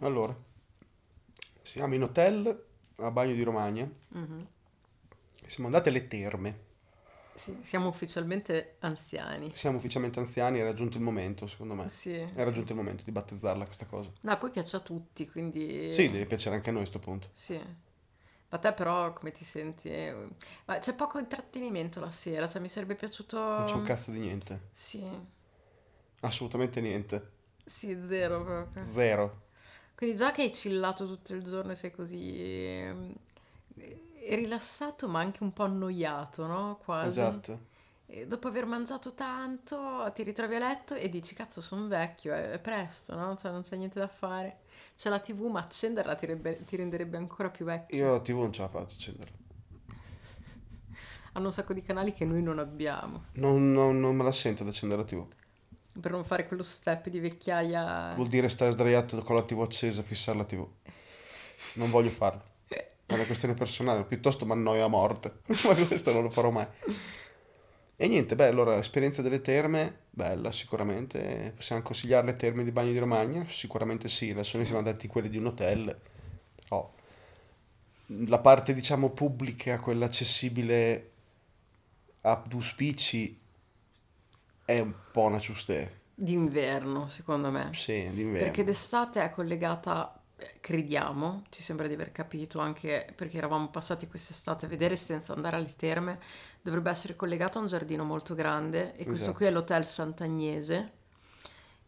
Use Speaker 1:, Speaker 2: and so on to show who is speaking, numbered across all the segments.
Speaker 1: Allora, siamo in hotel a Bagno di Romagna.
Speaker 2: Mhm.
Speaker 1: Siamo andati alle terme.
Speaker 2: Sì, siamo ufficialmente anziani.
Speaker 1: Siamo ufficialmente anziani, è raggiunto il momento, secondo me.
Speaker 2: Sì.
Speaker 1: È raggiunto il momento di battezzarla questa cosa.
Speaker 2: No, e poi piace a tutti, quindi...
Speaker 1: Sì, deve piacere anche a noi a sto punto.
Speaker 2: Sì. Ma te però come ti senti? Eh, Ma c'è poco intrattenimento la sera, cioè mi sarebbe piaciuto...
Speaker 1: Non c'è un cazzo di niente.
Speaker 2: Sì,
Speaker 1: Assolutamente niente.
Speaker 2: sì, zero proprio.
Speaker 1: Zero.
Speaker 2: Quindi già che hai chillato tutto il giorno e sei così ehm, eh, rilassato ma anche un po' annoiato, no? Quasi.
Speaker 1: Esatto.
Speaker 2: E dopo aver mangiato tanto ti ritrovi a letto e dici cazzo sono vecchio, è, è presto, no? Cioè non c'è niente da fare. C'è la tv ma accenderla ti, rebbe- ti renderebbe ancora più vecchio.
Speaker 1: Io la TV non ce la faccio accendere.
Speaker 2: Hanno un sacco di canali che noi non abbiamo.
Speaker 1: Non, non- non me la sento ad accendere la TV.
Speaker 2: Per non fare quello step di vecchiaia.
Speaker 1: Vuol dire stare sdraiato con la TV accesa e fissare la TV. Non voglio farlo. È una questione personale, piuttosto mi annoio a morte. Ma questo non lo farò mai. E niente, beh, allora, esperienza delle terme, bella sicuramente. Possiamo consigliare le terme di Bagno di Romagna? Sicuramente sì, adesso noi siamo andati in quelle di un hotel. Però la parte, diciamo, pubblica, quella accessibile a due spicci, è un po' una ciuste.
Speaker 2: D'inverno, secondo me.
Speaker 1: Sì, d'inverno.
Speaker 2: Perché d'estate è collegata, eh, crediamo, ci sembra di aver capito, anche perché eravamo passati quest'estate a vedere senza andare alle terme, dovrebbe essere collegata a un giardino molto grande e questo
Speaker 1: Esatto.
Speaker 2: qui è l'hotel Sant'Agnese.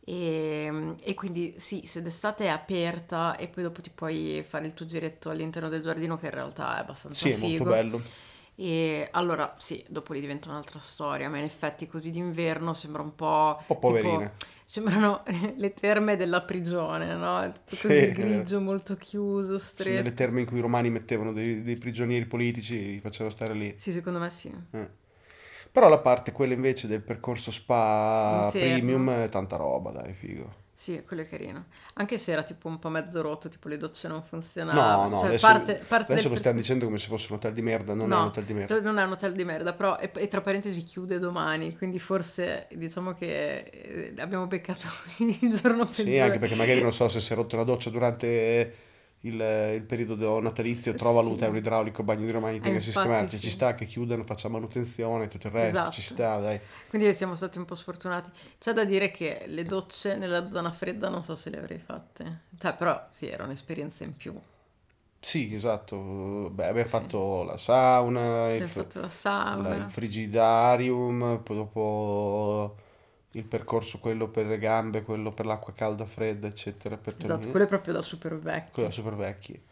Speaker 2: E, e quindi sì, se d'estate è aperta e poi dopo ti puoi fare il tuo giretto all'interno del giardino che in realtà è abbastanza
Speaker 1: Sì, è molto
Speaker 2: figo.
Speaker 1: bello.
Speaker 2: E allora sì, dopo lì diventa un'altra storia, ma in effetti così d'inverno sembra un po'...
Speaker 1: Un po' poverina.
Speaker 2: Sembrano le terme della prigione, no? Tutto
Speaker 1: Sì,
Speaker 2: così
Speaker 1: è vero.
Speaker 2: grigio, molto chiuso,
Speaker 1: Sono delle
Speaker 2: stretto.
Speaker 1: terme in cui i romani mettevano dei, dei prigionieri politici e li facevano stare lì.
Speaker 2: Sì, secondo me sì.
Speaker 1: eh. Però la parte, quella invece del percorso spa
Speaker 2: Interno.
Speaker 1: premium, è tanta roba, dai, figo.
Speaker 2: Sì, quello è carino. Anche se era tipo un po' mezzo rotto, tipo le docce non funzionavano.
Speaker 1: No, no,
Speaker 2: Cioè,
Speaker 1: adesso-
Speaker 2: parte, parte
Speaker 1: Adesso
Speaker 2: del
Speaker 1: lo
Speaker 2: per-
Speaker 1: stiamo dicendo come se fosse un hotel di merda, non è
Speaker 2: No,
Speaker 1: un hotel di merda.
Speaker 2: non è un hotel di merda, però, e, e tra parentesi chiude domani, quindi forse diciamo che eh, abbiamo beccato il giorno
Speaker 1: Sì,
Speaker 2: peggiore.
Speaker 1: anche perché magari non so se si è rotto la doccia durante il, il periodo natalizio, trova
Speaker 2: Sì.
Speaker 1: l'utero idraulico, bagno di romani,
Speaker 2: Eh,
Speaker 1: tenga a
Speaker 2: infatti
Speaker 1: sistemare, cioè,
Speaker 2: sì.
Speaker 1: ci sta che chiudano, faccia manutenzione, tutto il resto,
Speaker 2: Esatto.
Speaker 1: ci sta, dai.
Speaker 2: Quindi siamo stati un po' sfortunati. C'è da dire che le docce nella zona fredda non so se le avrei fatte. Cioè, però sì, era un'esperienza in più.
Speaker 1: Sì, esatto. Beh, abbiamo
Speaker 2: Sì.
Speaker 1: fatto la sauna, il,
Speaker 2: Abbiamo
Speaker 1: fr-
Speaker 2: fatto la
Speaker 1: la-
Speaker 2: sauna.
Speaker 1: il frigidarium, poi dopo il percorso quello per le gambe, quello per l'acqua calda, fredda, eccetera, per
Speaker 2: Esatto,
Speaker 1: dormire.
Speaker 2: quello è proprio da super vecchio.
Speaker 1: Mhm. Quello è super vecchi.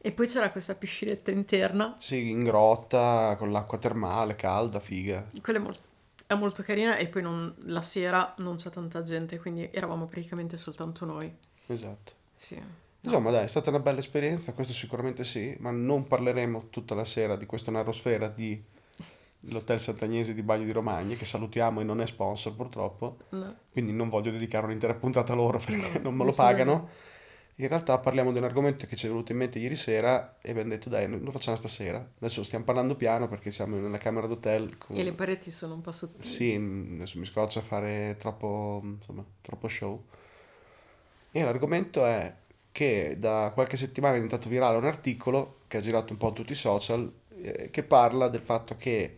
Speaker 2: E poi c'era questa piscinetta interna.
Speaker 1: Sì, in grotta, con l'acqua termale, calda, figa.
Speaker 2: Quella è, mol- è molto carina e poi non- la sera non c'è tanta gente, quindi eravamo praticamente soltanto noi.
Speaker 1: Esatto.
Speaker 2: Sì.
Speaker 1: Insomma, dai, è stata una bella esperienza, questo sicuramente sì, ma non parleremo tutta la sera di questa narrosfera di l'Hotel Sant'Agnese di Bagno di Romagna, che salutiamo e non è sponsor purtroppo.
Speaker 2: No.
Speaker 1: quindi non voglio dedicare un'intera puntata a loro perché
Speaker 2: No,
Speaker 1: non me lo
Speaker 2: assolutamente.
Speaker 1: pagano. In realtà parliamo di un argomento che ci è venuto in mente ieri sera e abbiamo detto dai, lo facciamo stasera. Adesso stiamo parlando piano perché siamo in una camera d'hotel. Con...
Speaker 2: E le pareti sono un po' sottili.
Speaker 1: Mm. Sì, mh, adesso mi scoccia fare troppo, insomma, troppo show. E l'argomento è che da qualche settimana è diventato virale un articolo che ha girato un po' tutti i social eh, che parla del fatto che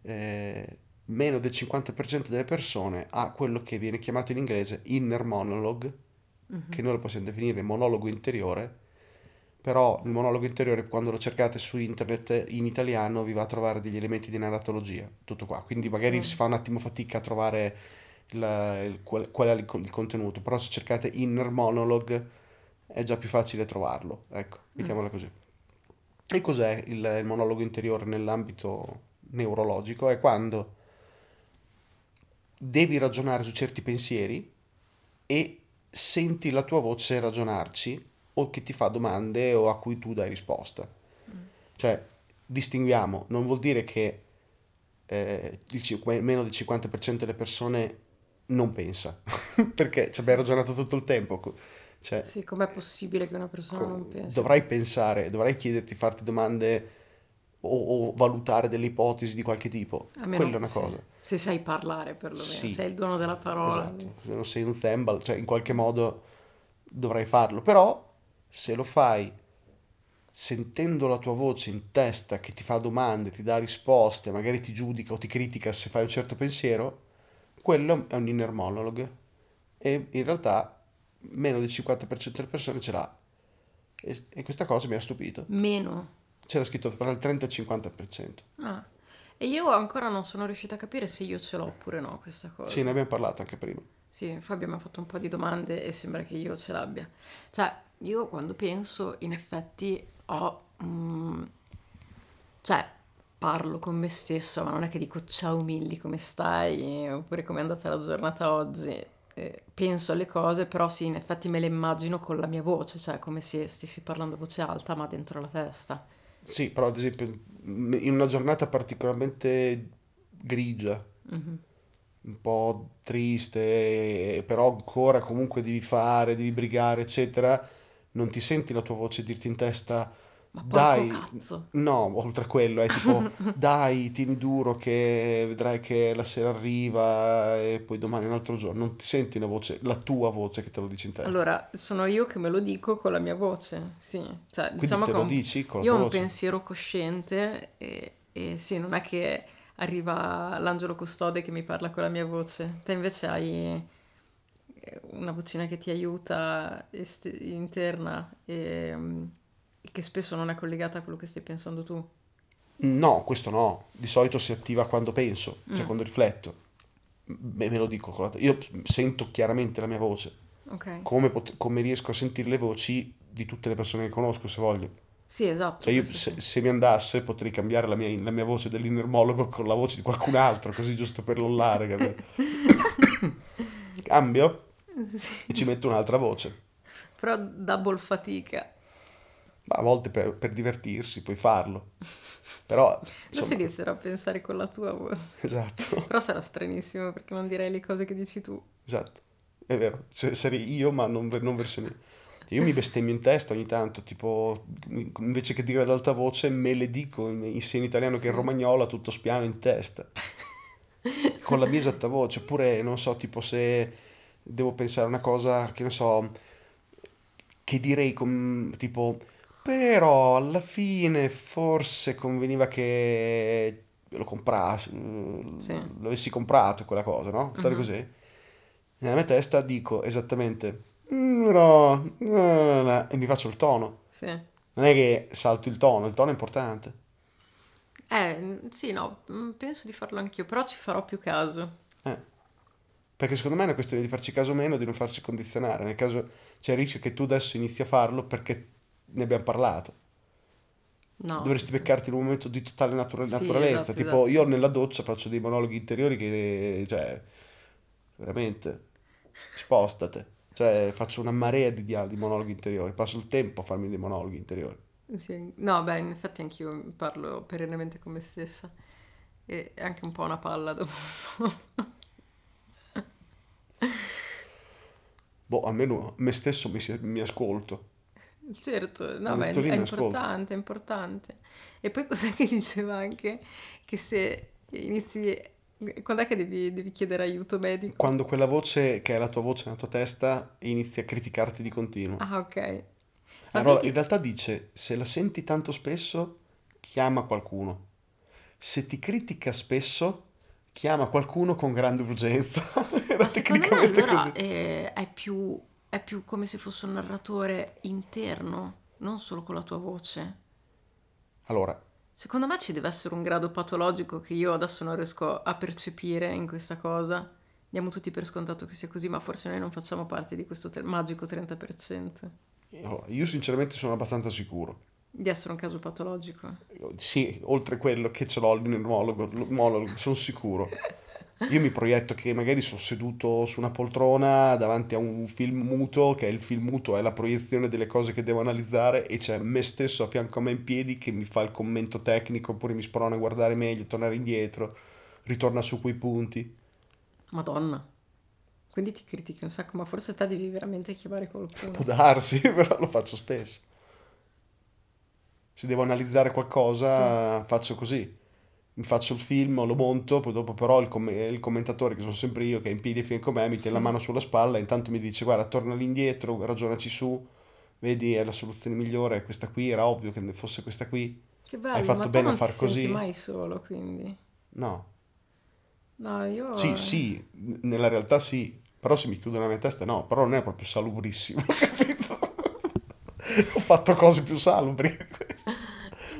Speaker 1: eh, meno del 50% delle persone ha quello che viene chiamato in inglese inner monologue,
Speaker 2: Mhm.
Speaker 1: che noi lo possiamo definire monologo interiore, però il monologo interiore quando lo cercate su internet in italiano vi va a trovare degli elementi di narratologia, tutto qua, quindi magari
Speaker 2: Sì.
Speaker 1: si fa un attimo fatica a trovare la- il, qual, qual è il, con- il contenuto, però se cercate inner monologue è già più facile trovarlo, ecco, mettiamola così. E cos'è il, il monologo interiore nell'ambito neurologico? È quando devi ragionare su certi pensieri e senti la tua voce ragionarci o che ti fa domande o a cui tu dai risposta.
Speaker 2: Mm.
Speaker 1: Cioè, distinguiamo, non vuol dire che eh, il cinque- meno del 50% delle persone non pensa, perché ci abbiamo ragionato tutto il tempo. co- Cioè,
Speaker 2: Sì, com'è possibile che una persona
Speaker 1: Co-
Speaker 2: non pensi?
Speaker 1: Dovrai pensare, dovrai chiederti, farti domande o, o valutare delle ipotesi di qualche tipo.
Speaker 2: A meno-
Speaker 1: Quella è una
Speaker 2: sì.
Speaker 1: cosa.
Speaker 2: Se sai parlare perlomeno,
Speaker 1: Sì.
Speaker 2: se hai il dono della parola.
Speaker 1: Esatto. Se non sei un zembal, cioè in qualche modo dovrai farlo, però se lo fai sentendo la tua voce in testa che ti fa domande, ti dà risposte, magari ti giudica o ti critica se fai un certo pensiero, quello è un inner monologue e in realtà meno del 50% delle persone ce l'ha e, e questa cosa mi ha stupito.
Speaker 2: Meno.
Speaker 1: C'era scritto tra il 30 e il 50%.
Speaker 2: Ah. E io ancora non sono riuscita a capire se io ce l'ho oppure no questa cosa.
Speaker 1: Sì, ne abbiamo parlato anche prima.
Speaker 2: Sì, Fabio mi ha fatto un po' di domande e sembra che io ce l'abbia. Cioè, io quando penso, in effetti, ho... mm, cioè, parlo con me stessa, ma non è che dico ciao Milli, come stai? Oppure come è andata la giornata oggi? Eh, penso alle cose, però sì, in effetti me le immagino con la mia voce, cioè come se stessi parlando a voce alta, ma dentro la testa.
Speaker 1: Sì, però ad esempio m- in una giornata particolarmente grigia,
Speaker 2: Mhm.
Speaker 1: un po' triste, però ancora comunque devi fare, devi brigare, eccetera, non ti senti la tua voce dirti in testa,
Speaker 2: Ma porco
Speaker 1: dai,
Speaker 2: cazzo!
Speaker 1: no, oltre a quello, è tipo, dai, tieni duro che vedrai che la sera arriva e poi domani è un altro giorno, non ti senti la voce, la tua voce che te lo dice in testa.
Speaker 2: Allora, sono io che me lo dico con la mia voce, sì. Cioè,
Speaker 1: Quindi
Speaker 2: diciamo
Speaker 1: te
Speaker 2: che
Speaker 1: lo
Speaker 2: ho un-
Speaker 1: dici con la
Speaker 2: io ho
Speaker 1: tua
Speaker 2: un
Speaker 1: voce.
Speaker 2: pensiero cosciente e, e sì, non è che arriva l'angelo custode che mi parla con la mia voce. Te invece hai eh, una vocina che ti aiuta est- interna e, mm, e che spesso non è collegata a quello che stai pensando tu.
Speaker 1: No, questo no. Di solito si attiva quando penso, cioè
Speaker 2: Mm.
Speaker 1: quando rifletto. Me, me lo dico con la te- Io sento chiaramente la mia voce,
Speaker 2: Ok.
Speaker 1: come, pot- come riesco a sentire le voci di tutte le persone che conosco, se voglio.
Speaker 2: Sì, esatto.
Speaker 1: Cioè io,
Speaker 2: questo
Speaker 1: se,
Speaker 2: sì.
Speaker 1: se mi andasse, potrei cambiare la mia, la mia voce dell'innermologo con la voce di qualcun altro, così giusto per lollare, capito? Cambio
Speaker 2: Sì.
Speaker 1: e ci metto un'altra voce.
Speaker 2: Però double fatica.
Speaker 1: Ma a volte per, per divertirsi puoi farlo. Però,
Speaker 2: Adesso
Speaker 1: insomma,
Speaker 2: inizierò a pensare con la tua voce.
Speaker 1: esatto.
Speaker 2: Però sarà stranissimo perché non direi le cose che dici tu.
Speaker 1: Esatto, è vero, Cioè, sarei io ma non, ver- non versione. Io mi bestemmio in testa ogni tanto, tipo, mi- invece che dire ad alta voce, me le dico in- in- sia in italiano che in
Speaker 2: Sì.
Speaker 1: romagnola, tutto spiano in testa, con la mia esatta voce. Oppure, non so, tipo, se devo pensare a una cosa, che ne so, che direi con, tipo, però alla fine forse conveniva che lo comprassi,
Speaker 2: Sì.
Speaker 1: l'avessi comprato quella cosa, no? Storie
Speaker 2: Mhm.
Speaker 1: così. Nella mia testa dico esattamente, "Mm, no, no, no, no", e mi faccio il tono.
Speaker 2: Sì.
Speaker 1: Non è che salto il tono, il tono è importante.
Speaker 2: Eh, n- sì, no, mm, penso di farlo anch'io, però ci farò più caso.
Speaker 1: Eh. Perché secondo me è una questione di farci caso o meno, di non farsi condizionare. Nel caso c'è il rischio che tu adesso inizi a farlo perché ne abbiamo parlato.
Speaker 2: No.
Speaker 1: Dovresti
Speaker 2: sì.
Speaker 1: beccarti in un momento di totale natura-
Speaker 2: Sì,
Speaker 1: naturalezza.
Speaker 2: esatto,
Speaker 1: tipo,
Speaker 2: esatto.
Speaker 1: io nella doccia faccio dei monologhi interiori che, cioè, veramente, spostate. Cioè, faccio una marea di, dia- di monologhi interiori. Passo il tempo a farmi dei monologhi interiori.
Speaker 2: Sì, No, beh, in effetti anch'io parlo perennemente con me stessa. E è anche un po' una palla dopo.
Speaker 1: Boh, almeno me stesso mi, si- mi ascolto.
Speaker 2: Certo, no,
Speaker 1: Mi
Speaker 2: beh,
Speaker 1: metto lì e
Speaker 2: è
Speaker 1: mi ascolto.
Speaker 2: importante, è importante. E poi cos'è che diceva anche? Che se inizi... Quando è che devi, devi chiedere aiuto medico?
Speaker 1: Quando quella voce, che è la tua voce nella tua testa, inizia a criticarti di continuo.
Speaker 2: Ah, ok. Ma
Speaker 1: Allora,
Speaker 2: Ah, vedi-
Speaker 1: in realtà dice, se la senti tanto spesso, chiama qualcuno. Se ti critica spesso, chiama qualcuno con grande urgenza. Era
Speaker 2: Ma secondo me
Speaker 1: tecnicamente
Speaker 2: allora
Speaker 1: così.
Speaker 2: eh, è più, è più come se fosse un narratore interno, non solo con la tua voce.
Speaker 1: Allora,
Speaker 2: Secondo me ci deve essere un grado patologico che io adesso non riesco a percepire in questa cosa. Diamo tutti per scontato che sia così, ma forse noi non facciamo parte di questo tre- magico 30%.
Speaker 1: allora, io sinceramente sono abbastanza sicuro.
Speaker 2: Di essere un caso patologico.
Speaker 1: Sì, oltre quello che ce l'ho nel monologo, lo- monologo, sono sicuro. Io mi proietto che magari sono seduto su una poltrona davanti a un film muto, che è il film muto, è la proiezione delle cose che devo analizzare, e c'è me stesso a fianco a me in piedi che mi fa il commento tecnico, oppure mi sprona a guardare meglio, tornare indietro, ritorna su quei punti.
Speaker 2: Madonna. Quindi ti critichi un sacco, ma forse te devi veramente chiamare
Speaker 1: Può
Speaker 2: qualcuno.
Speaker 1: darsi, però lo faccio spesso. Se devo analizzare qualcosa, faccio così. mi faccio il film, lo monto, poi dopo però il, com- il commentatore, che sono sempre io, che è in piedi a fianco a me, mi tiene la mano sulla spalla e intanto mi dice guarda, torna lì indietro, ragionaci su, vedi è la soluzione migliore, è questa qui, era ovvio che fosse questa qui.
Speaker 2: Che bello,
Speaker 1: fatto
Speaker 2: ma tu
Speaker 1: bene a
Speaker 2: non
Speaker 1: far
Speaker 2: ti senti
Speaker 1: così?
Speaker 2: mai solo, quindi.
Speaker 1: No,
Speaker 2: No, io...
Speaker 1: sì, sì, n- nella realtà sì, però se mi chiudo nella mia testa no, però non è proprio salubrissimo, capito? Ho fatto cose più salubri.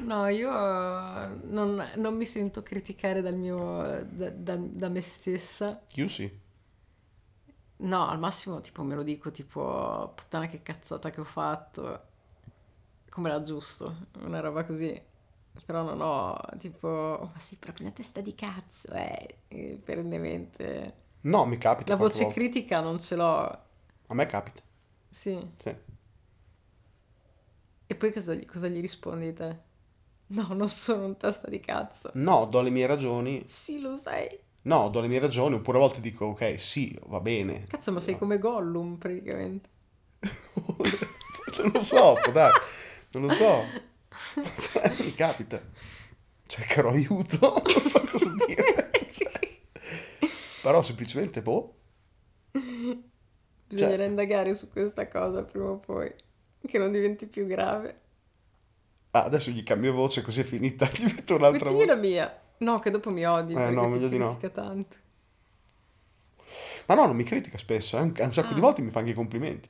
Speaker 2: No, io eh, non, non mi sento criticare dal mio, da, da- da me stessa.
Speaker 1: Io sì.
Speaker 2: No, al massimo tipo me lo dico tipo puttana che cazzata che ho fatto. Com'era giusto, una roba così. Però non ho tipo, "Oh, ma sei proprio una testa di cazzo, eh, eh, perennemente.
Speaker 1: No, mi capita.
Speaker 2: La
Speaker 1: qualche
Speaker 2: voce
Speaker 1: volta.
Speaker 2: critica non ce l'ho,
Speaker 1: A me capita,
Speaker 2: sì.
Speaker 1: sì.
Speaker 2: E poi cosa gli, cosa gli rispondi te? No, non sono un testa di cazzo.
Speaker 1: No, do le mie ragioni.
Speaker 2: Sì, lo sei.
Speaker 1: No, do le mie ragioni, oppure a volte dico, ok, sì, va bene.
Speaker 2: Cazzo, ma sei come Gollum praticamente.
Speaker 1: Non lo so, può dai, non lo so. Cioè, mi capita. Cercherò aiuto, non so cosa dire. Però semplicemente, boh,
Speaker 2: Bisognerà
Speaker 1: Cioè.
Speaker 2: indagare su questa cosa prima o poi, che non diventi più grave.
Speaker 1: ah, adesso gli cambio voce così è finita, gli metto un'altra
Speaker 2: Mettigli la
Speaker 1: voce.
Speaker 2: mia. No, che dopo mi odi
Speaker 1: Eh,
Speaker 2: perché
Speaker 1: no,
Speaker 2: ti
Speaker 1: meglio di no.
Speaker 2: critica tanto.
Speaker 1: Ma no, non mi critica spesso, eh, un, un sacco di
Speaker 2: Ah.
Speaker 1: volte mi fa anche i complimenti.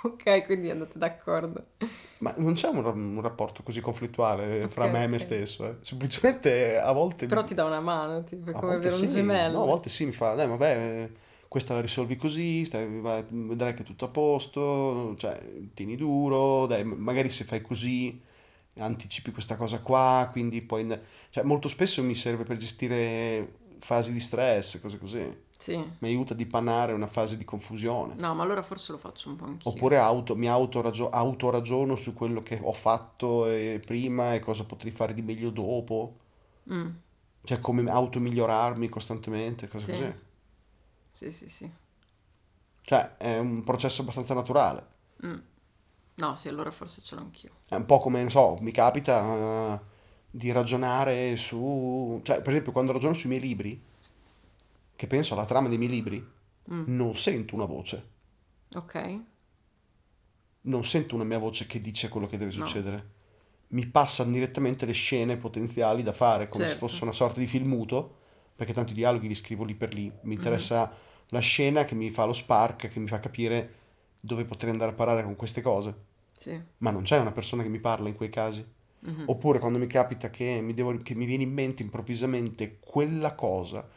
Speaker 2: Ok, quindi andate d'accordo.
Speaker 1: Ma non c'è un, un rapporto così conflittuale fra
Speaker 2: Ok,
Speaker 1: me e me
Speaker 2: ok.
Speaker 1: stesso, eh. Semplicemente a volte... mi-
Speaker 2: Però ti dà una mano, tipo, è
Speaker 1: A
Speaker 2: come
Speaker 1: volte
Speaker 2: avere un
Speaker 1: sì,
Speaker 2: gemello.
Speaker 1: No, a volte sì, mi fa, dai, vabbè, eh, questa la risolvi così, stai- va- vedrai che è tutto a posto, cioè, tieni duro, dai, m- magari se fai così anticipi questa cosa qua, quindi poi... ne- Cioè, molto spesso mi serve per gestire fasi di stress, cose così.
Speaker 2: Sì.
Speaker 1: Mi aiuta a dipanare una fase di confusione.
Speaker 2: No, ma allora forse lo faccio un po' anch'io.
Speaker 1: Oppure auto, mi autoragio- autoragiono su quello che ho fatto eh, prima e cosa potrei fare di meglio dopo.
Speaker 2: Mm,
Speaker 1: Cioè, come automigliorarmi costantemente, cose
Speaker 2: Sì.
Speaker 1: così.
Speaker 2: sì, sì, sì.
Speaker 1: Cioè, è un processo abbastanza naturale.
Speaker 2: Mm. No, sì, allora forse ce l'ho anch'io.
Speaker 1: È un po' come, non so, mi capita eh, di ragionare su... Cioè, per esempio, quando ragiono sui miei libri, che penso alla trama dei miei libri,
Speaker 2: Mm.
Speaker 1: non sento una voce.
Speaker 2: Ok.
Speaker 1: Non sento una mia voce che dice quello che deve
Speaker 2: No.
Speaker 1: succedere. Mi passano direttamente le scene potenziali da fare, come se
Speaker 2: Certo.
Speaker 1: fosse una sorta di film muto, perché tanto i dialoghi li scrivo lì per lì.
Speaker 2: Mm-hmm.
Speaker 1: Mi interessa la scena che mi fa lo spark, che mi fa capire dove potrei andare a parare con queste cose.
Speaker 2: Sì.
Speaker 1: ma non c'è una persona che mi parla in quei casi.
Speaker 2: Mhm.
Speaker 1: Oppure quando mi capita che mi, devo- che mi viene in mente improvvisamente quella cosa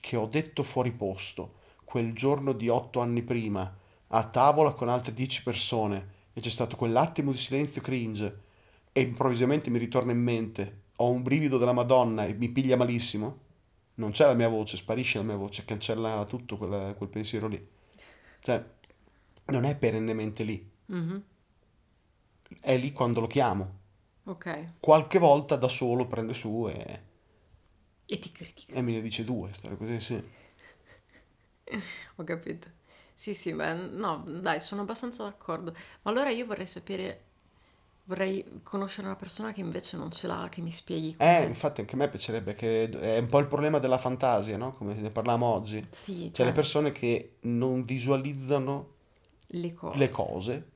Speaker 1: che ho detto fuori posto quel giorno di otto anni prima a tavola con altre dieci persone e c'è stato quell'attimo di silenzio cringe e improvvisamente mi ritorna in mente, ho un brivido della Madonna e mi piglia malissimo, non c'è la mia voce, sparisce la mia voce, cancella tutto quella- quel pensiero lì. Cioè, non è perennemente lì
Speaker 2: Mhm.
Speaker 1: è lì quando lo chiamo.
Speaker 2: Ok.
Speaker 1: Qualche volta da solo prende su e,
Speaker 2: E ti critica.
Speaker 1: e me ne dice due, stare così, sì.
Speaker 2: Ho capito. Sì, sì, beh, no, dai, sono abbastanza d'accordo. Ma allora io vorrei sapere, vorrei conoscere una persona che invece non ce l'ha, che mi spieghi
Speaker 1: Eh,
Speaker 2: come...
Speaker 1: infatti anche a me piacerebbe che è un po' il problema della fantasia, no? Come ne parlavamo oggi. Cioè,
Speaker 2: Sì, cioè,
Speaker 1: le persone che non visualizzano
Speaker 2: le cose.
Speaker 1: le cose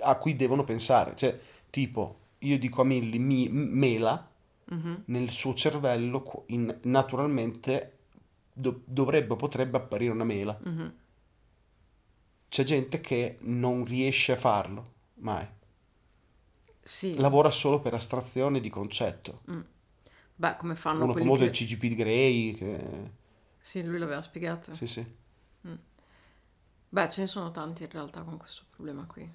Speaker 1: a cui devono pensare. Cioè, tipo, io dico a Milly, mi, m- mela,
Speaker 2: Mhm.
Speaker 1: nel suo cervello qu- in- naturalmente do- dovrebbe, potrebbe apparire una mela.
Speaker 2: Mhm.
Speaker 1: C'è gente che non riesce a farlo, mai.
Speaker 2: Sì,
Speaker 1: lavora solo per astrazione di concetto.
Speaker 2: beh, come fanno
Speaker 1: Uno
Speaker 2: Ah, quelli
Speaker 1: famoso è
Speaker 2: che...
Speaker 1: il CGP di Grey, che...
Speaker 2: Sì, lui l'aveva spiegato.
Speaker 1: Sì, sì.
Speaker 2: Beh, ce ne sono tanti in realtà con questo problema qui.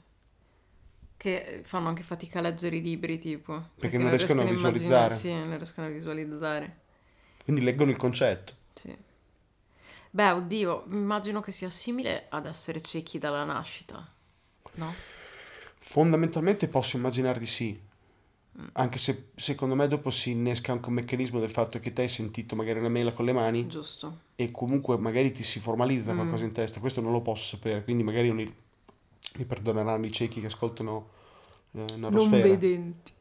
Speaker 2: Che fanno anche fatica a leggere i libri, tipo. Perché,
Speaker 1: non riescono a
Speaker 2: immaginare-
Speaker 1: visualizzare.
Speaker 2: Sì, non riescono a visualizzare.
Speaker 1: Quindi leggono il concetto.
Speaker 2: Sì. Beh, oddio, immagino che sia simile ad essere ciechi dalla nascita, no?
Speaker 1: Fondamentalmente posso immaginare di sì.
Speaker 2: Mm.
Speaker 1: Anche se secondo me dopo si innesca anche un meccanismo del fatto che te hai sentito magari una mela con le mani
Speaker 2: Mm. Giusto.
Speaker 1: e comunque magari ti si
Speaker 2: Mm.
Speaker 1: formalizza qualcosa in testa. Questo non lo posso sapere, quindi magari mi, mi perdoneranno i ciechi che ascoltano eh, Narrosfera.
Speaker 2: Non vedenti.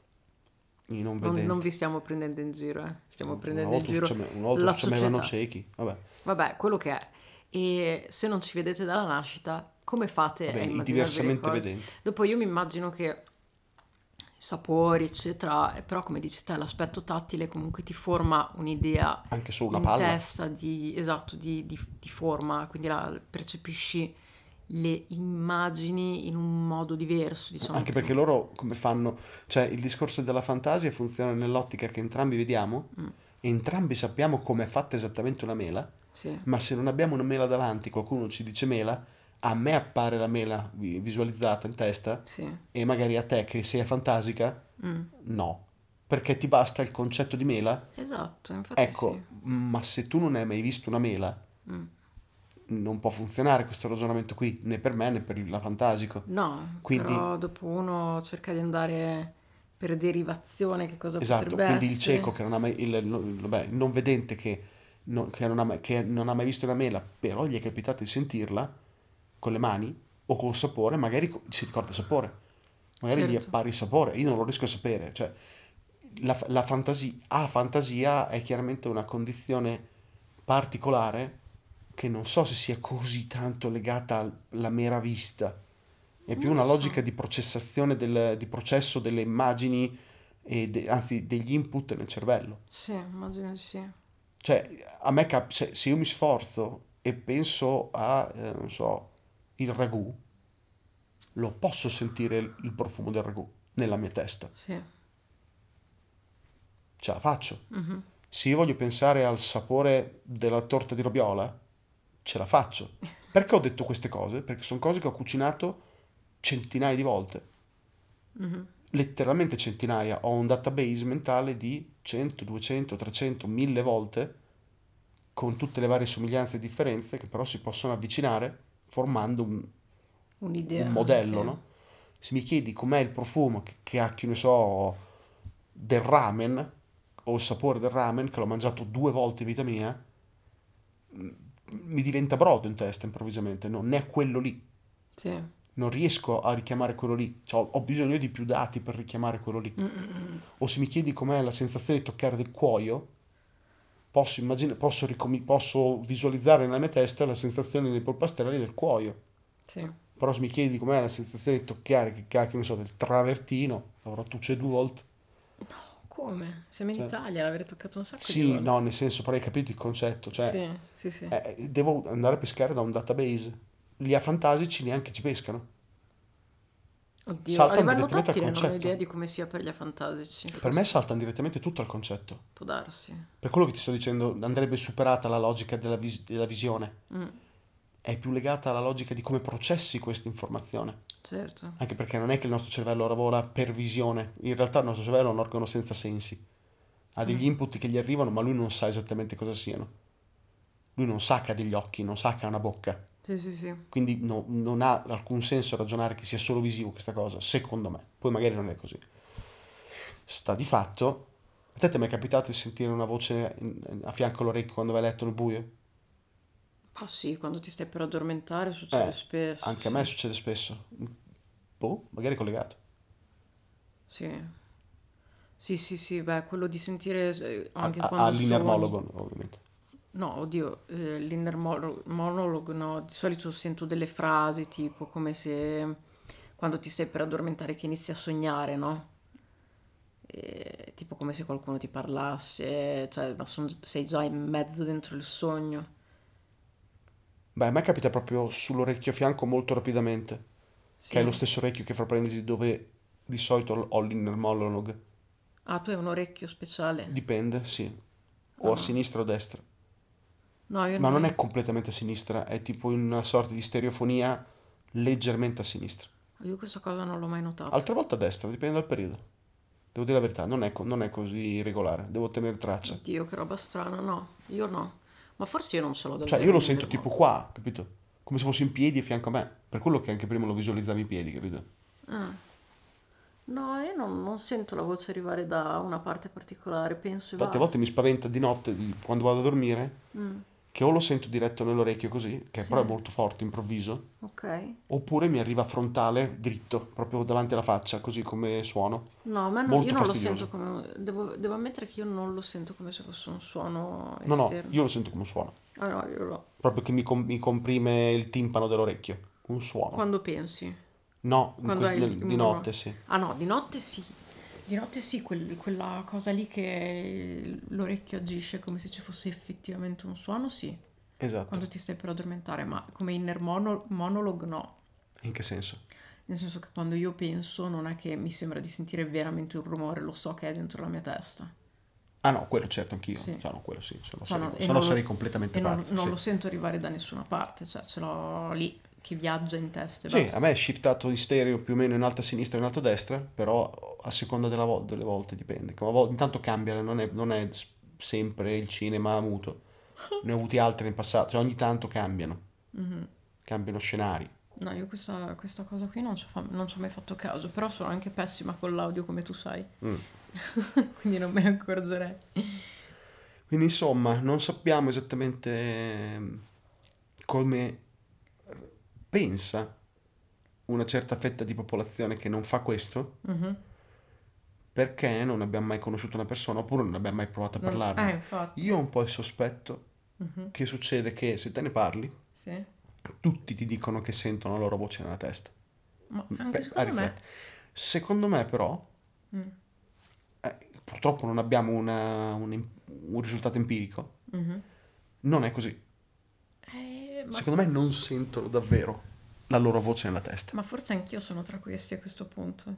Speaker 1: I non
Speaker 2: Non,
Speaker 1: vedenti.
Speaker 2: non vi stiamo prendendo in giro, eh. stiamo
Speaker 1: una
Speaker 2: prendendo in
Speaker 1: volta
Speaker 2: giro
Speaker 1: ci chiama- una volta
Speaker 2: la
Speaker 1: ci chiamavano
Speaker 2: società. Eh,
Speaker 1: ciechi. Vabbè.
Speaker 2: Vabbè, quello che è. E se non ci vedete dalla nascita, come fate
Speaker 1: Vabbè,
Speaker 2: a
Speaker 1: i
Speaker 2: immaginarvi eh, le
Speaker 1: diversamente
Speaker 2: cose?
Speaker 1: vedenti.
Speaker 2: Dopo io mi immagino che sapori, eccetera, eh, però come dici te, l'aspetto tattile comunque ti forma un'idea
Speaker 1: Anche solo una
Speaker 2: in
Speaker 1: palla.
Speaker 2: testa di, esatto, di, di- di forma, quindi la, percepisci le immagini in un modo diverso, diciamo.
Speaker 1: Anche perché loro come fanno, cioè il discorso della fantasia funziona nell'ottica che entrambi vediamo,
Speaker 2: Mm.
Speaker 1: e entrambi sappiamo come è fatta esattamente una mela,
Speaker 2: Sì.
Speaker 1: ma se non abbiamo una mela davanti, qualcuno ci dice mela, a me appare la mela vi- visualizzata in testa
Speaker 2: Sì.
Speaker 1: e magari a te che sei fantasica,
Speaker 2: Mm.
Speaker 1: no, perché ti basta il concetto di mela,
Speaker 2: Esatto, infatti
Speaker 1: ecco, ma se tu non hai mai visto una mela,
Speaker 2: sì. Mm.
Speaker 1: non può funzionare questo ragionamento qui, né per me né per il fantasico.
Speaker 2: No,
Speaker 1: Quindi-
Speaker 2: però dopo uno cerca di andare per derivazione, che cosa
Speaker 1: Esatto,
Speaker 2: potrebbe
Speaker 1: quindi il
Speaker 2: essere.
Speaker 1: cieco che non ha mai, il, il- vabbè, il non vedente che non, che non ha mai, che non ha mai visto una mela, però gli è capitato di sentirla con le mani o col sapore, magari co- si ricorda il sapore, magari gli
Speaker 2: Certo.
Speaker 1: appare il sapore, io non lo riesco a sapere, cioè la, fa- la fantasia, ah, fantasia è chiaramente una condizione particolare che non so se sia così tanto legata al- alla mera vista, è più
Speaker 2: Non
Speaker 1: una
Speaker 2: lo so.
Speaker 1: logica di processazione, del, di processo delle immagini e de- anzi degli input nel cervello.
Speaker 2: Sì, immagino di sì.
Speaker 1: Cioè, a me cap- se, se io mi sforzo e penso a, eh, non so, il ragù, lo posso sentire il, il profumo del ragù nella mia testa,
Speaker 2: Sì.
Speaker 1: ce la faccio.
Speaker 2: Mhm.
Speaker 1: Se io voglio pensare al sapore della torta di robiola, ce la faccio. Perché ho detto queste cose? Perché sono cose che ho cucinato centinaia di volte.
Speaker 2: Mhm.
Speaker 1: letteralmente centinaia, ho un database mentale di 100, 200, 300, 1000 volte con tutte le varie somiglianze e differenze che però si possono avvicinare formando un,
Speaker 2: Un'idea.
Speaker 1: un modello,
Speaker 2: sì.
Speaker 1: no? Se mi chiedi com'è il profumo che, che ha, che ne so, del ramen o il sapore del ramen che l'ho mangiato due volte in vita mia, m- mi diventa brodo in testa improvvisamente, non è quello lì
Speaker 2: Sì.
Speaker 1: non riesco a richiamare quello lì, cioè, ho ho bisogno di più dati per richiamare quello lì. O se mi chiedi com'è la sensazione di toccare del cuoio, posso, immagin- posso, ricomi- posso visualizzare nella mia testa la sensazione nei polpastrelli del cuoio.
Speaker 2: Sì.
Speaker 1: Però se mi chiedi com'è la sensazione di toccare, che cacchio ne so, del travertino, l'avrò tucce due volte.
Speaker 2: Come? Siamo in
Speaker 1: Cioè-
Speaker 2: Italia, l'avrei toccato un sacco di
Speaker 1: Sì,
Speaker 2: volte.
Speaker 1: no, nel senso, però hai capito il concetto, cioè...
Speaker 2: sì, sì, sì.
Speaker 1: Eh, devo andare a pescare da un database. Gli afantasici neanche ci pescano.
Speaker 2: Oddio,
Speaker 1: saltano
Speaker 2: arrivando
Speaker 1: direttamente al
Speaker 2: tattile non ho
Speaker 1: concetto.
Speaker 2: idea di come sia per gli afantasici.
Speaker 1: Per me saltano direttamente tutto al concetto.
Speaker 2: Può darsi.
Speaker 1: Per quello che ti sto dicendo, andrebbe superata la logica della, vis- della visione,
Speaker 2: Mm,
Speaker 1: è più legata alla logica di come processi questa informazione.
Speaker 2: certo.
Speaker 1: Anche perché non è che il nostro cervello lavora per visione, in realtà il nostro cervello è un organo senza sensi, ha degli input che gli arrivano, ma lui non sa esattamente cosa siano. Lui non sa che ha degli occhi, non sa che ha una bocca,
Speaker 2: Sì, sì, sì.
Speaker 1: quindi no- non ha alcun senso ragionare che sia solo visivo questa cosa, secondo me. Poi magari non è così. Sta di fatto, a te ti è mai capitato di sentire una voce in- a fianco all'orecchio quando vai a letto nel buio?
Speaker 2: Ah sì, quando ti stai per addormentare succede
Speaker 1: Eh,
Speaker 2: spesso.
Speaker 1: Anche a
Speaker 2: sì.
Speaker 1: me succede spesso. Boh, magari è collegato.
Speaker 2: Sì. Sì, sì, sì, beh, quello di sentire eh,
Speaker 1: A-
Speaker 2: anche
Speaker 1: a-
Speaker 2: quando
Speaker 1: All'inermologo, ovviamente.
Speaker 2: sogni- No, oddio, eh, l'inner molo- monologue no, di solito sento delle frasi tipo come se quando ti stai per addormentare che inizi a sognare, no? E, tipo come se qualcuno ti parlasse, cioè, ma son- sei già in mezzo dentro il sogno.
Speaker 1: Beh, a me capita proprio sull'orecchio fianco molto rapidamente,
Speaker 2: Sì.
Speaker 1: che è lo stesso orecchio che fra parentesi dove di solito ho l'innermologo.
Speaker 2: Ah, tu hai un orecchio speciale?
Speaker 1: Dipende, sì.
Speaker 2: Ah.
Speaker 1: O a sinistra o a destra.
Speaker 2: No, io
Speaker 1: Ma
Speaker 2: no.
Speaker 1: non è completamente a sinistra, è tipo in una sorta di stereofonia leggermente a sinistra.
Speaker 2: Io questa cosa non l'ho mai notata.
Speaker 1: Altre volte a destra, dipende dal periodo. Devo dire la verità, non è, co- non è così regolare, devo tenere traccia.
Speaker 2: Oddio, che roba strana, no, io no. Ma forse io non ce l'ho davvero.
Speaker 1: Cioè, io lo
Speaker 2: il
Speaker 1: sento tipo
Speaker 2: nervo.
Speaker 1: qua, capito? Come se fossi in piedi e fianco a me. Per quello che anche prima lo visualizzavo in piedi, capito?
Speaker 2: Ah. No, io non, non sento la voce arrivare da una parte particolare, penso e
Speaker 1: Tante
Speaker 2: basta.
Speaker 1: volte mi spaventa di notte, di- quando vado a dormire,
Speaker 2: Mm.
Speaker 1: che o lo sento diretto nell'orecchio così, che
Speaker 2: Sì.
Speaker 1: però è molto forte, improvviso,
Speaker 2: Ok.
Speaker 1: oppure mi arriva frontale, dritto, proprio davanti alla faccia, così come suono.
Speaker 2: No, a me no-
Speaker 1: Molto
Speaker 2: io non lo
Speaker 1: fastidioso.
Speaker 2: sento come... Devo, devo ammettere che io non lo sento come se fosse un suono
Speaker 1: No, no,
Speaker 2: esterno.
Speaker 1: io lo sento come un suono,
Speaker 2: Ah no, io lo...
Speaker 1: proprio che mi, com- mi comprime il timpano dell'orecchio, un suono.
Speaker 2: Quando pensi?
Speaker 1: no, in
Speaker 2: quando
Speaker 1: que-
Speaker 2: hai il
Speaker 1: nel- di
Speaker 2: muro.
Speaker 1: notte sì.
Speaker 2: Ah no, di notte sì. Di notte sì, quel- quella cosa lì che l'orecchio agisce come se ci fosse effettivamente un suono, sì.
Speaker 1: Esatto.
Speaker 2: Quando ti stai per addormentare, ma come inner mono- monologue no.
Speaker 1: In che senso?
Speaker 2: Nel senso che quando io penso non è che mi sembra di sentire veramente un rumore, lo so che è dentro la mia testa.
Speaker 1: Ah no, quello certo anch'io.
Speaker 2: Sì.
Speaker 1: Cioè, no, quello sì, se no,
Speaker 2: Cioè,
Speaker 1: sarei,
Speaker 2: no, e
Speaker 1: se no
Speaker 2: non lo-
Speaker 1: sarei completamente
Speaker 2: E non,
Speaker 1: pazzo.
Speaker 2: non
Speaker 1: sì.
Speaker 2: lo sento arrivare da nessuna parte, cioè ce l'ho lì che viaggia in testa. e
Speaker 1: Sì,
Speaker 2: basta.
Speaker 1: a me è shiftato di stereo più o meno in alta sinistra e in alta destra, però a seconda della vo- delle volte dipende. Come a vol- intanto cambia, non è, non è s- sempre il cinema muto. Ne ho avuti altri in passato, cioè ogni tanto cambiano,
Speaker 2: Mhm.
Speaker 1: cambiano scenari.
Speaker 2: No, io questa, questa cosa qui non ci ho fa- non ci ho mai fatto caso, però sono anche pessima con l'audio come tu sai,
Speaker 1: Mm.
Speaker 2: quindi non me ne accorgerei.
Speaker 1: Quindi insomma, non sappiamo esattamente ehm, come pensa una certa fetta di popolazione che non fa questo,
Speaker 2: Mhm.
Speaker 1: perché non abbiamo mai conosciuto una persona oppure non abbiamo mai provato a
Speaker 2: Non-
Speaker 1: parlarne.
Speaker 2: Eh, infatti.
Speaker 1: Io ho un po' il sospetto
Speaker 2: Mhm,
Speaker 1: che succede che se te ne parli,
Speaker 2: Sì.
Speaker 1: tutti ti dicono che sentono la loro voce nella testa.
Speaker 2: Ma
Speaker 1: Beh,
Speaker 2: anche
Speaker 1: a
Speaker 2: secondo me...
Speaker 1: riflettere. Secondo me però,
Speaker 2: Mm.
Speaker 1: eh, purtroppo non abbiamo una- un, un risultato empirico,
Speaker 2: Mhm.
Speaker 1: non è così.
Speaker 2: Eh, ma,
Speaker 1: Secondo me non sentono davvero la loro voce nella testa.
Speaker 2: ma forse anch'io sono tra questi a questo punto.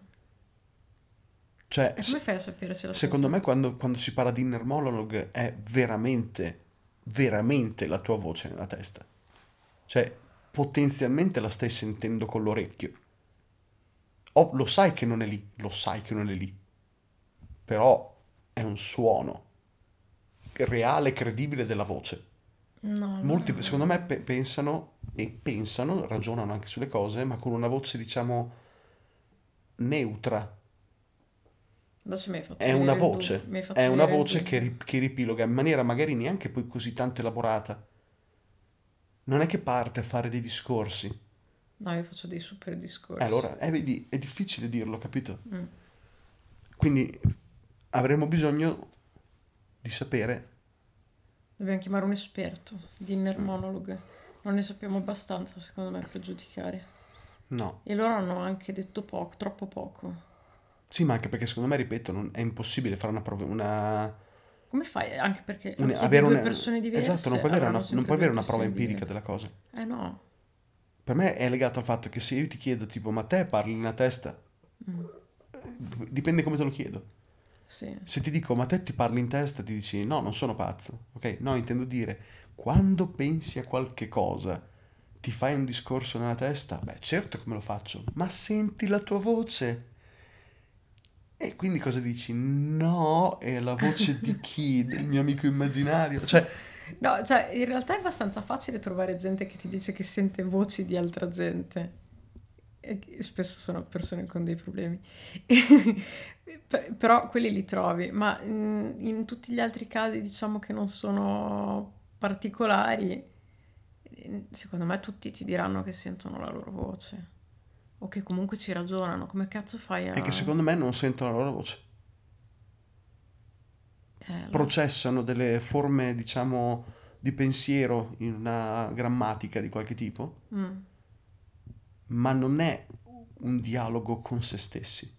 Speaker 1: Cioè,
Speaker 2: E
Speaker 1: se-
Speaker 2: come fai a sapere se la
Speaker 1: secondo
Speaker 2: senti?
Speaker 1: me quando, quando si parla di inner monologue è veramente, veramente la tua voce nella testa. Cioè, potenzialmente la stai sentendo con l'orecchio. O lo sai che non è lì, lo sai che non è lì. Però è un suono reale, credibile della voce.
Speaker 2: No,
Speaker 1: Molti,
Speaker 2: no.
Speaker 1: secondo me, pe- pensano e pensano, ragionano anche sulle cose, ma con una voce, diciamo, neutra.
Speaker 2: Adesso mi hai fatto
Speaker 1: È una
Speaker 2: venire il
Speaker 1: voce,
Speaker 2: dubbio, mi hai fatto
Speaker 1: è una
Speaker 2: venire il
Speaker 1: voce che,
Speaker 2: dubbio.
Speaker 1: ri- che ripiloga in maniera magari neanche poi così tanto elaborata. Non è che parte a fare dei discorsi.
Speaker 2: No, io faccio dei super discorsi.
Speaker 1: Eh, allora, eh, vedi, è difficile dirlo, capito?
Speaker 2: Mm.
Speaker 1: Quindi avremo bisogno di sapere.
Speaker 2: Dobbiamo chiamare un esperto di inner monologue. Non ne sappiamo abbastanza, secondo me, per giudicare.
Speaker 1: No.
Speaker 2: E loro hanno anche detto poco, troppo poco.
Speaker 1: Sì, ma anche perché secondo me, ripeto, non- è impossibile fare una... prov- una
Speaker 2: Come fai? Anche perché
Speaker 1: un-
Speaker 2: lo chiedi
Speaker 1: avere
Speaker 2: a due
Speaker 1: una-
Speaker 2: persone diverse.
Speaker 1: Esatto, non puoi avere,
Speaker 2: avranno
Speaker 1: una, non
Speaker 2: sempre
Speaker 1: puoi
Speaker 2: due
Speaker 1: avere una prova
Speaker 2: persone
Speaker 1: empirica della cosa.
Speaker 2: diverse. Eh no.
Speaker 1: Per me è legato al fatto che se io ti chiedo tipo, ma te parli nella testa?
Speaker 2: Mm.
Speaker 1: Dipende come te lo chiedo.
Speaker 2: Sì.
Speaker 1: Se ti dico, ma te ti parli in testa, ti dici, no, non sono pazzo, ok? No, intendo dire, quando pensi a qualche cosa, ti fai un discorso nella testa? Beh, certo che me lo faccio, ma senti la tua voce. E quindi cosa dici? No, è la voce di chi? Del mio amico immaginario? Cioè,
Speaker 2: No, cioè, in realtà è abbastanza facile trovare gente che ti dice che sente voci di altra gente. E che spesso sono persone con dei problemi. Per- Però quelli li trovi, ma in, in tutti gli altri casi, diciamo che non sono particolari, eh, secondo me tutti ti diranno che sentono la loro voce. O che comunque ci ragionano. Come cazzo fai a...
Speaker 1: è che secondo me non sentono la loro voce.
Speaker 2: Eh, lo-
Speaker 1: processano delle forme, diciamo, di pensiero in una grammatica di qualche tipo,
Speaker 2: Mm.
Speaker 1: ma non è un dialogo con se stessi.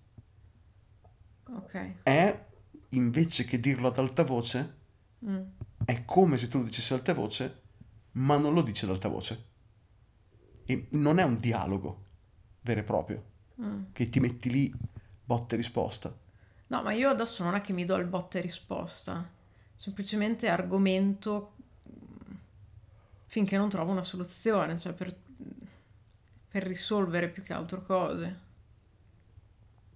Speaker 2: ok.
Speaker 1: È, invece che dirlo ad alta voce,
Speaker 2: Mm.
Speaker 1: è come se tu lo dicessi ad alta voce, ma non lo dici ad alta voce. E non è un dialogo vero e proprio,
Speaker 2: Mm.
Speaker 1: che ti metti lì, botte e risposta.
Speaker 2: No, ma io adesso non è che mi do il botta e risposta, semplicemente argomento mh, finché non trovo una soluzione, cioè per, per risolvere più che altro cose.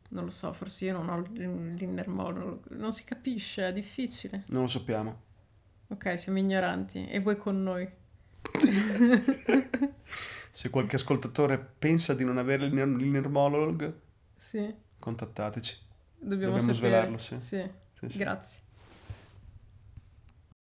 Speaker 2: Non lo so, forse io non ho l- l'inner monologue, non si capisce, è difficile.
Speaker 1: Non lo sappiamo.
Speaker 2: Ok, siamo ignoranti e voi con noi.
Speaker 1: Se qualche ascoltatore pensa di non avere l'inner monologue,
Speaker 2: Sì, dobbiamo,
Speaker 1: contattateci.
Speaker 2: sapere.
Speaker 1: svelarlo, sì. Sì, sì.
Speaker 2: Grazie.